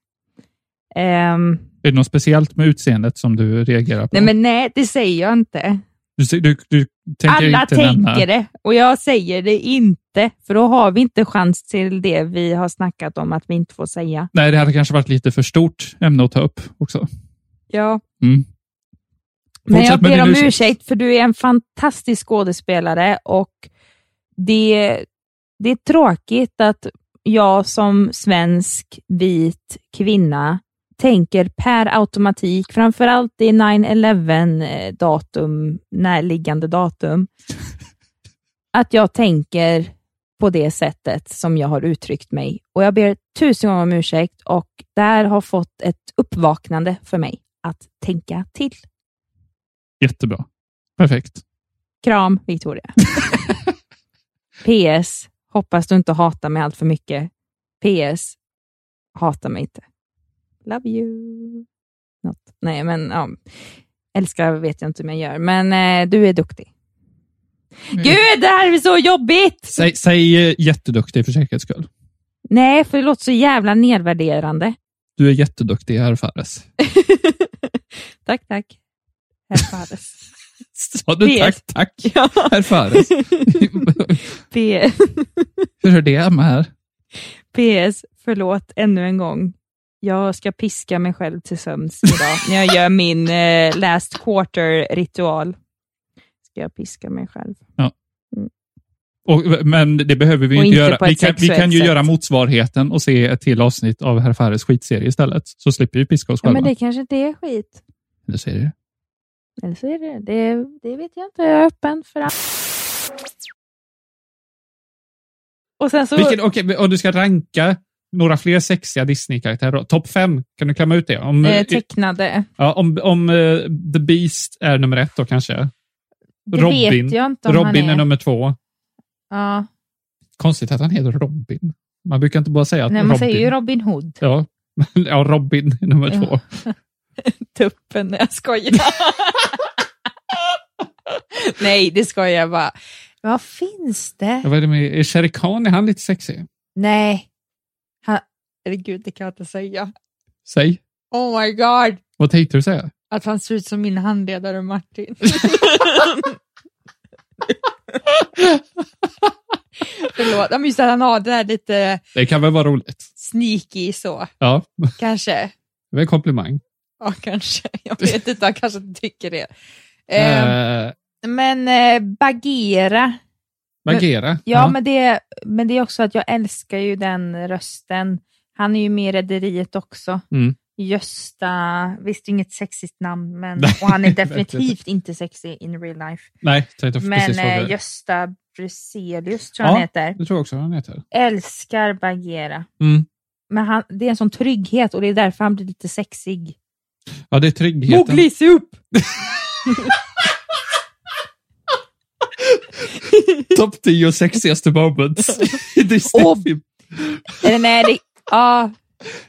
Ehm, Är det något speciellt med utseendet som du reagerar på? nej, men nej, det säger jag inte. du, se- du, du tänker Alla inte tänker nämna... det och jag säger det inte, för då har vi inte chans till det vi har snackat om att vi inte får säga. Nej, det hade kanske varit lite för stort ämne att ta upp också. Ja. Mm. Men jag Fortsätt med ber din om ursäkt. ursäkt. för du är en fantastisk skådespelare och det, det är tråkigt att jag som svensk vit kvinna tänker per automatik, framförallt i 9-11 eh, datum, närliggande datum, att jag tänker på det sättet som jag har uttryckt mig. Och Jag ber tusen gånger om ursäkt och det här har fått ett uppvaknande för mig att tänka till. Jättebra. Perfekt. Kram, Victoria. PS. Hoppas du inte hatar mig allt för mycket. PS. Hata mig inte. Love you. Något. Nej, men ja. Älskar vet jag inte om jag gör, men eh, du är duktig. Gud, det här är Mm. så jobbigt! Säg, säg eh, jätteduktig för säkerhets skull. Nej, för det låter så jävla nedvärderande. Du är jätteduktig, herr Fares. Tack, tack. Herr Fares. Sa du tack, tack, ja, herr Fares? P- Hur är det med här? PS, förlåt ännu en gång. Jag ska piska mig själv till sömns idag när jag gör min eh, last quarter-ritual. Ska jag piska mig själv. Och, men det behöver vi Och ju inte inte göra. på Vi ett kan, vi sexuellt kan ju sätt. göra motsvarigheten och se ett till avsnitt av herr Fares skitserie istället. Så slipper vi piska oss Ja, själva. men det kanske inte är skit. Eller så är det. Eller så är det det. Det vet jag inte. Jag är öppen för allt. Och sen så... Vilken, okej, om du ska ranka några fler sexiga Disney-karaktärer, då. topp fem, kan du klämma ut det? Om, Eh, tecknade. ja, om, om eh, The Beast är nummer ett då kanske? Det Robin. vet jag inte om Robin han är. är. nummer två. Ja. Konstigt att han heter Robin. Man brukar inte bara säga att Nej, man Robin... säger ju Robin Hood. Ja, men, ja Robin är nummer Ja. två. Tuppen, Nej, jag skojar. Nej, det skojar jag bara. Vad finns det? Ja, vad är det med... Är Shere Khan, är han lite sexig? Nej. Han... Herregud, det kan jag inte säga. Säg. Oh my god, Vad tänkte du säga? att han ser ut som min handledare Martin. Förlåt, Ja, men just att han har det där lite Det kan väl vara roligt? sneaky så, Ja, kanske. det är en komplimang. Ja, kanske. Jag vet inte, han kanske inte tycker det. Eh, Eh, Men eh, Bagheera, Bagheera. ja, Men, det, men det är också att jag älskar ju den rösten. Han är ju med i Rederiet också. Mm. Gösta, visst det är inget sexigt namn, men, Nej, och han är verkligen definitivt inte sexig in real life. Nej, tänkte jag Men precis fråga eh, dig. Gösta Bruzelius tror jag han Ja. heter. Det tror jag också han heter. Älskar Bagheera. Mm. Men han, det är en sån trygghet och det är därför han blir lite sexig. Ja, det är tryggheten. se upp! Topp 10 sexigaste moments i Disney-film. Eller nej, det, ja,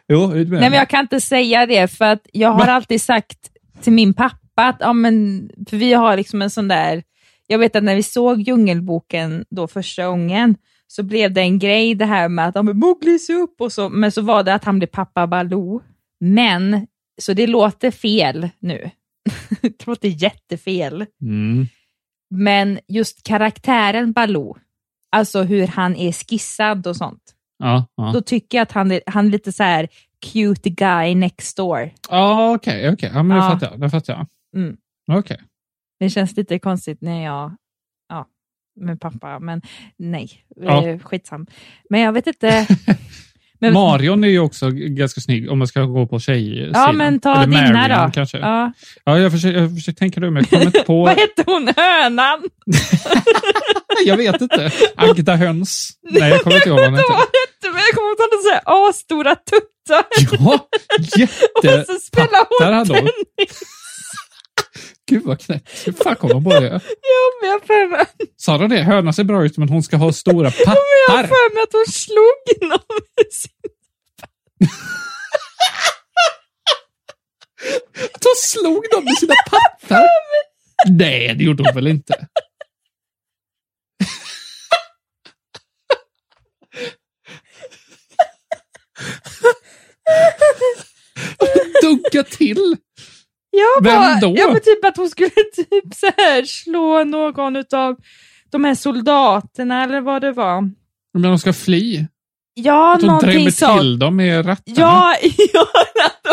Jo, det är det. Nej, men jag kan inte säga det, för att jag har alltid sagt till min pappa att ja, men, för vi har liksom en sån där... Jag vet att när vi såg Djungelboken då första gången så blev det en grej det här med att ja, men Mowgli se upp och så, men så var det att han blev pappa Baloo. Men, så det låter fel nu. det låter jättefel. Mm. Men just karaktären Baloo, alltså hur han är skissad och sånt Ja, ja. då tycker jag att han är, han är lite så här cute guy next door. Ja, okej, okej. Ja, men det Ja. fattar jag. Det fattar jag. Mm. Okej. Det känns lite konstigt när jag, ja, med pappa, men nej, Ja. eh, skitsam. Men jag vet inte. Men- Marion är ju också g- ganska snygg om man ska gå på tjejsidan. Ja, men ta Eller dina Marion, då. Kanske. Ja. ja. jag försöker, jag försöker tänka nu, men jag kommer inte på... Vad hette hon, hönan? jag vet inte. Agda Höns. Nej, jag kommer inte ihåg vad hon Vad heter. var det? Men jag kommer ihåg att hon hade så här asstora tuttar Ja, jätte... och så spelade Där hon hade hon. tennis. Gud vad knäppt. Hur fan kom hon på det? Ja, men jag har för mig- Sa de det? Hönan ser bra ut, men hon ska ha stora jag har pattar. för mig att hon slog någon. med sin- Då slog de med sina pattar. Nej, det gjorde hon väl inte? Dunka till. Jag Vem bara, då? Ja, men typ att hon skulle typ så här slå någon av de här soldaterna eller vad det var. Men de ska fly. Ja, Att hon drämmer någonting sånt. till dem med rattarna. Ja, ja att,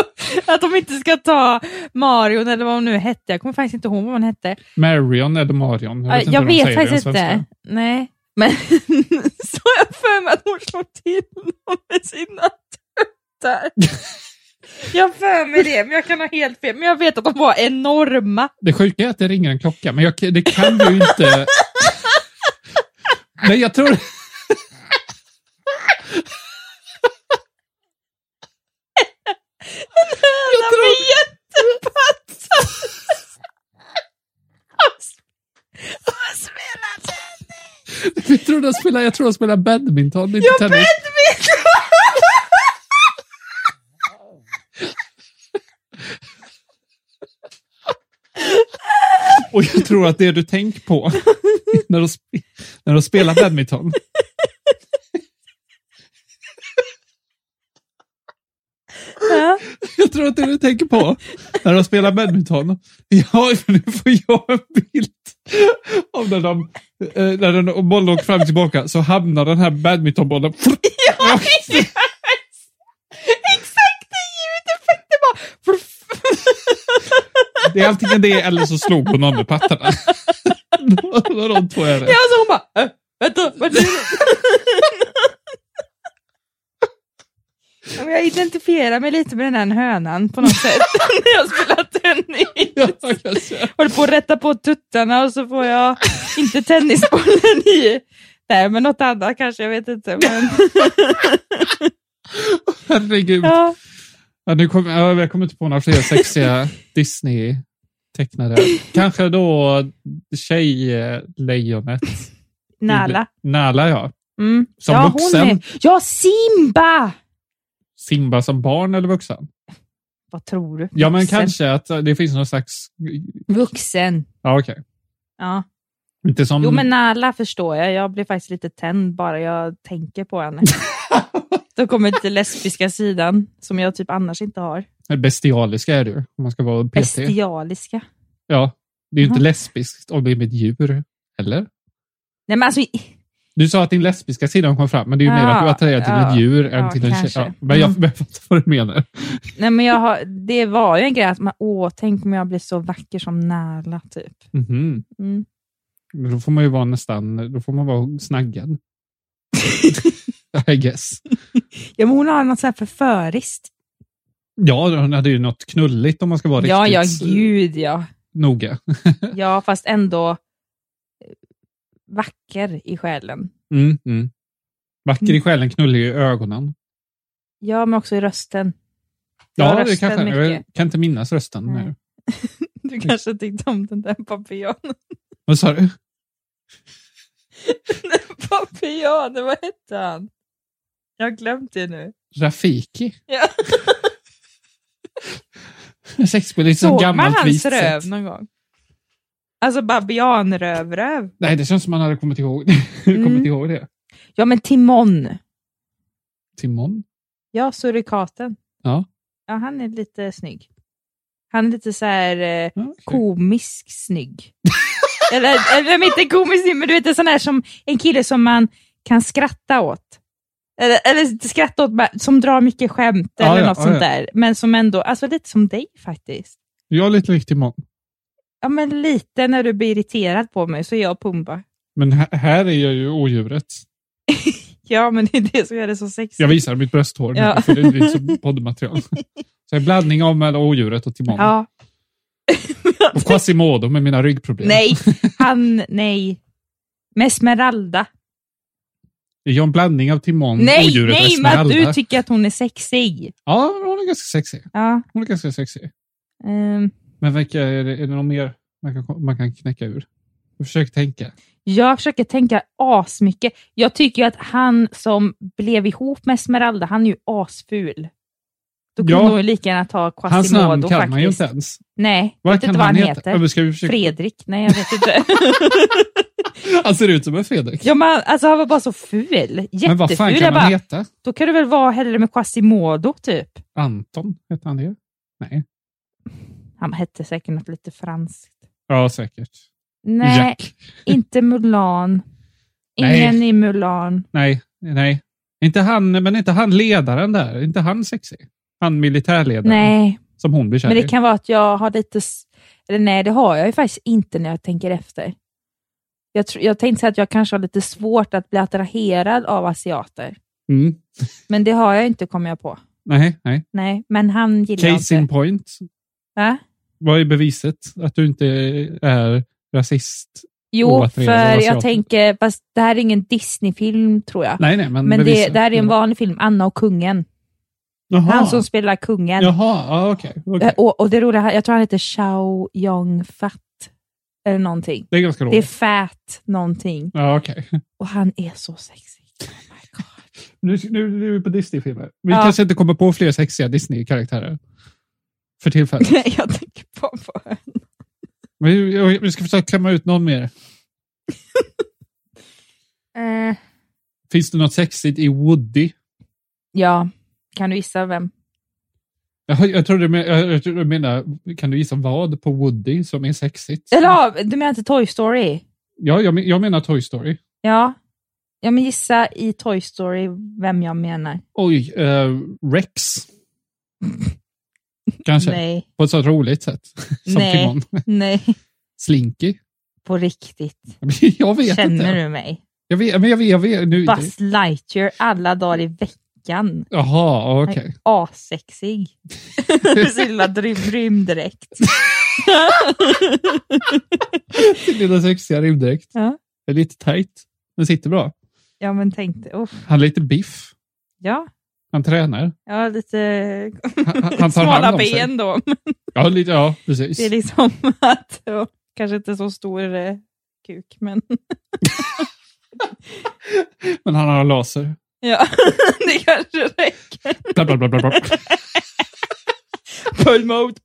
de, att de inte ska ta Marion eller vad hon nu hette. Jag kommer faktiskt inte ihåg vad hon hette. Marion eller Marion. Jag vet, inte jag hur de vet säger det i faktiskt svenska. inte. Nej. Men så har jag för mig att hon slår till honom med sina tuttar. Jag har för mig det, men jag kan ha helt fel. Men jag vet att de var enorma. Det sjuka är att det ringer en klocka, men jag, det kan ju inte... Nej, jag tror... Jag tror... med jättepattar. Han spelar tennis. Jag tror de spelar, jag tror de spelar badminton, inte Ja, tennis. badminton! Och jag tror att det du tänker på när de, sp- när de spelar badminton. Ja. Jag tror tror att det är det du tänker på. När de spelar badminton. Ja, nu får jag en bild av när, de, eh, när den, och bollen åker fram och tillbaka så hamnar den här badmintonbollen Ja, exakt! Exakt det ljudeffekten bara... Det är antingen det eller så slog hon någon med pattarna. Det var de två är det. Ja, så hon bara... Äh, vänta, vad är det? Ja, men Jag identifierar mig lite med den här hönan på något sätt när jag spelar tennis. Ja, kanske. Håller på att rätta på tuttarna och så får jag inte tennisbollen i där, men något annat kanske, jag vet inte. Men, Herregud. ja. Ja, nu kom, ja, jag kommer inte på några fler sexiga Disney-tecknare. Kanske då Tjejlejonet. Nala. Nala, ja. Mm. Som ja, vuxen. Hon är... Ja, Simba! Simba som barn eller vuxen? Vad tror du? Ja, men Vuxen. kanske att det finns någon slags... Vuxen. Ja, okej. Ja. Inte som... Jo, men Nala förstår jag. Jag blir faktiskt lite tänd bara jag tänker på henne. Då kommer inte lesbiska sidan, som jag typ annars inte har. Bestialiska är det ju, om man ska vara PT. Bestialiska. Ja, det är ju inte Jaha. lesbiskt om det är med ett djur, eller? Nej, men alltså, i- Du sa att din lesbiska sida kom fram, men det är ju mer Ja, att du attraherar till ja, ett djur än ja, till en tjej. kanske. Ja, men jag, Mm. men jag fattar vad du menar. nej, men jag har, det var ju en grej att man, åh, tänk om jag blir så vacker som Nala, typ. Mhm. Mm. Då får man ju vara nästan, då får man vara snaggad. I guess. Ja, men hon har något så här förföriskt. Ja, hon hade ju något knulligt om man ska vara Ja, ja, riktigt eh, gud ja. noga. Ja, fast ändå eh, vacker i själen. Mm, mm. Vacker i Mm. själen, knullig i ögonen. Ja, men också i rösten. Jag har Ja, det rösten kanske, jag mycket. kan inte minnas rösten Nej. nu. Du kanske tyckte om den där papillanen. Vad sa du? Papillanen, vad hette han? Jag har glömt det nu. Rafiki? Ja. Sexpolis som Såg man gammalt hans vist röv sätt. någon gång? Alltså babianrövröv. Nej, det känns som man hade kommit ihåg, kommit Mm. ihåg det. Ja, men Timon. Timon? Ja, surikaten. Ja. Ja, han är lite snygg. Han är lite så här eh, Ja, okej. komisk snygg. eller, eller inte komisk snygg, men du vet en sån här som en kille som man kan skratta åt. Eller, eller inte skratta åt, men som drar mycket skämt Ja, eller ja, något ja, sånt ja. där. Men som ändå, alltså lite som dig faktiskt. Jag är lite lik Timon. Ja, men lite när du blir irriterad på mig så är jag Pumba. Men här, här är jag ju odjuret. Ja, men det är det som gör det så sexigt. Jag visar mitt brösthår nu, Ja. för det är lite som poddmaterial. Så jag är blandning av mellan odjuret och Timon. Ja. Och Quasimodo med mina ryggproblem. Nej, han, nej. Mesmeralda. Jag är en blandning av Timon, Nej, Mm, odjuret och nej, men att Esmeralda. du tycker att hon är sexig. Ja, men hon är ganska sexig. Ja, Hon är ganska sexig. ehm, Men vilka, är, det, är det något mer man kan, man kan knäcka ur? Jag försöker tänka. jag försöker tänka asmycket. Jag tycker ju att han som blev ihop med Esmeralda, han är ju asful. Då kunde Ja. hon ju lika gärna ta Quasimodo Hans namn kan faktiskt. man ju inte ens. Nej, Vad vet kan inte vad han heter. Ja, men ska vi försöka? Fredrik? Nej, jag vet inte. Han ser ut som en Fredrik. ja, men, alltså, han var bara så ful. Jätteful. Men vad fan jag kan bara, han heta? Då kan du väl vara hellre med Quasimodo, typ. Anton, heter han det? Nej. Han hette säkert något lite franskt. Ja, säkert. Nej, Jack. inte Mulan. Nej. Ingen i Mulan. Nej, nej. Inte han, men inte han ledaren där. Inte han sexig. Han militärledaren Nej, som hon blir kär men i. det kan vara att jag har lite... s- Eller nej, det har jag ju faktiskt inte när jag tänker efter. Jag, tr- jag tänkte säga att jag kanske har lite svårt att bli attraherad av asiater. Mm. Men det har jag inte, kommer jag på. Nej, nej. Nej, men han gillar jag Case in inte. point. Va? Vad är beviset att du inte är rasist? Jo, Oattraherad av för asiater. jag tänker... Fast det här är ingen Disney-film, tror jag. Nej, nej, men, Mm. men det, beviset. det här är en vanlig film, Anna och kungen. Jaha. Han som spelar kungen. Jaha, ja, okej. okej. Eh, Och, och det roliga, jag tror han heter Chow Yong-Fat. Eller någonting. Det är ganska Det är roligt. fat någonting. Ja, okej. Och han är så sexig. Oh my God. Nu, nu, nu är vi på Disney-filmer. Vi Ja. kanske inte kommer på fler sexiga Disney-karaktärer. För tillfället. Nej, jag tänker bara på henne. Men vi, vi ska försöka klämma ut någon mer. Eh, Finns det något sexigt i Woody? ja, kan du gissa vem? Jag, jag trodde du men- jag- jag trodde du menade, kan du gissa vad på Woody som är sexigt? Eller ja, du menar inte Toy Story? Ja, jag, men- jag menar Toy Story. Ja. Ja, men gissa i Toy Story vem jag menar. Oj, eh, Rex. Kanske, Nej, på ett så roligt sätt. Som Nej. Timon. nej. Slinky. På riktigt. Jag vet Känner inte. du mig? Jag vet, men jag vet, jag vet nu. Buzz Lightyear alla dagar i veckan. Jaha, okej. Asexig. Så himla drym- rymddräkt. Din lilla sexiga rymddräkt. Ja. Det är lite tajt, men sitter bra. Ja, men tänkte, uff. Han är lite biff. Ja, Han tränar. ja lite Han, han- han tar hand smala om sig. ben då. Ja, lite, ja Det är precis. liksom att, ja, kanske inte så stor eh, kuk, men Men han har laser. ja, det kanske räcker. Bla, bla, bla, bla, bla. Full mode.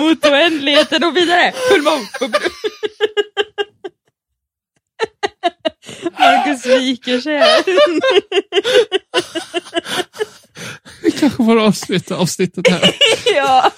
Mot oändligheten och vidare. Full mode. Marcus viker sig här. Vi kanske får avsluta avsnittet här. Ja,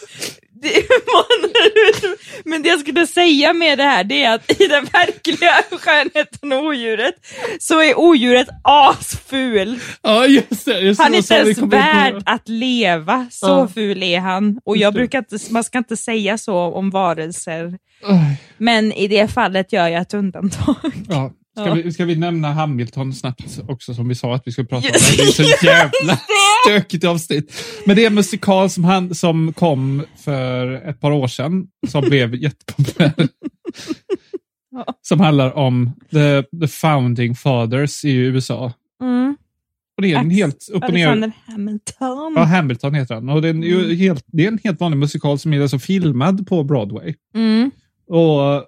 det manar ut. Men det jag skulle säga med det här det är att i den verkliga skönheten och odjuret så är odjuret asful. Ja, just det. Just det, Han vad är inte sa vi? ens Kommer jag värd ihåg? att leva. Så Ja. ful är han. Och jag Just det. brukar inte, man ska inte säga så om varelser. Aj, Men i det fallet gör jag ett undantag. Ja. Ska, Ja. Vi, ska vi nämna Hamilton snabbt också som vi sa att vi skulle prata om? Just- Det är så jävla stökigt avsnitt. Men det är en musikal som, han, som kom för ett par år sedan som blev jättepopulär. Ja. Som handlar om the, the founding fathers i USA. Mm. Och det är en Ax- helt upp och ner Alexander Hamilton. Ja, Hamilton heter han. Och det, är en, ju Mm. helt, det är en helt vanlig musikal som är alltså filmad på Broadway. Mm. Och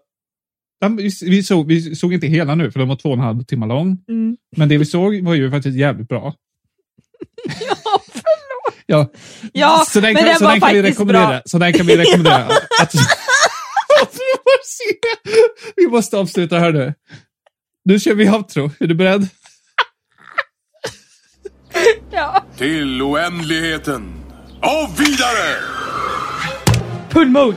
den- vi, vi, såg, vi såg inte hela nu, för den var två och en halv timme lång. Mm. Men det vi såg var ju faktiskt jävligt bra. Ja, förlåt. Ja, Ja, så den men kan, den så var den kan vi faktiskt rekommendera. bra. Så den kan vi rekommendera. att, att vi, får se. vi måste avsluta här nu. Nu kör vi outro. Är du beredd? Ja. Till oändligheten och vidare! Full mode.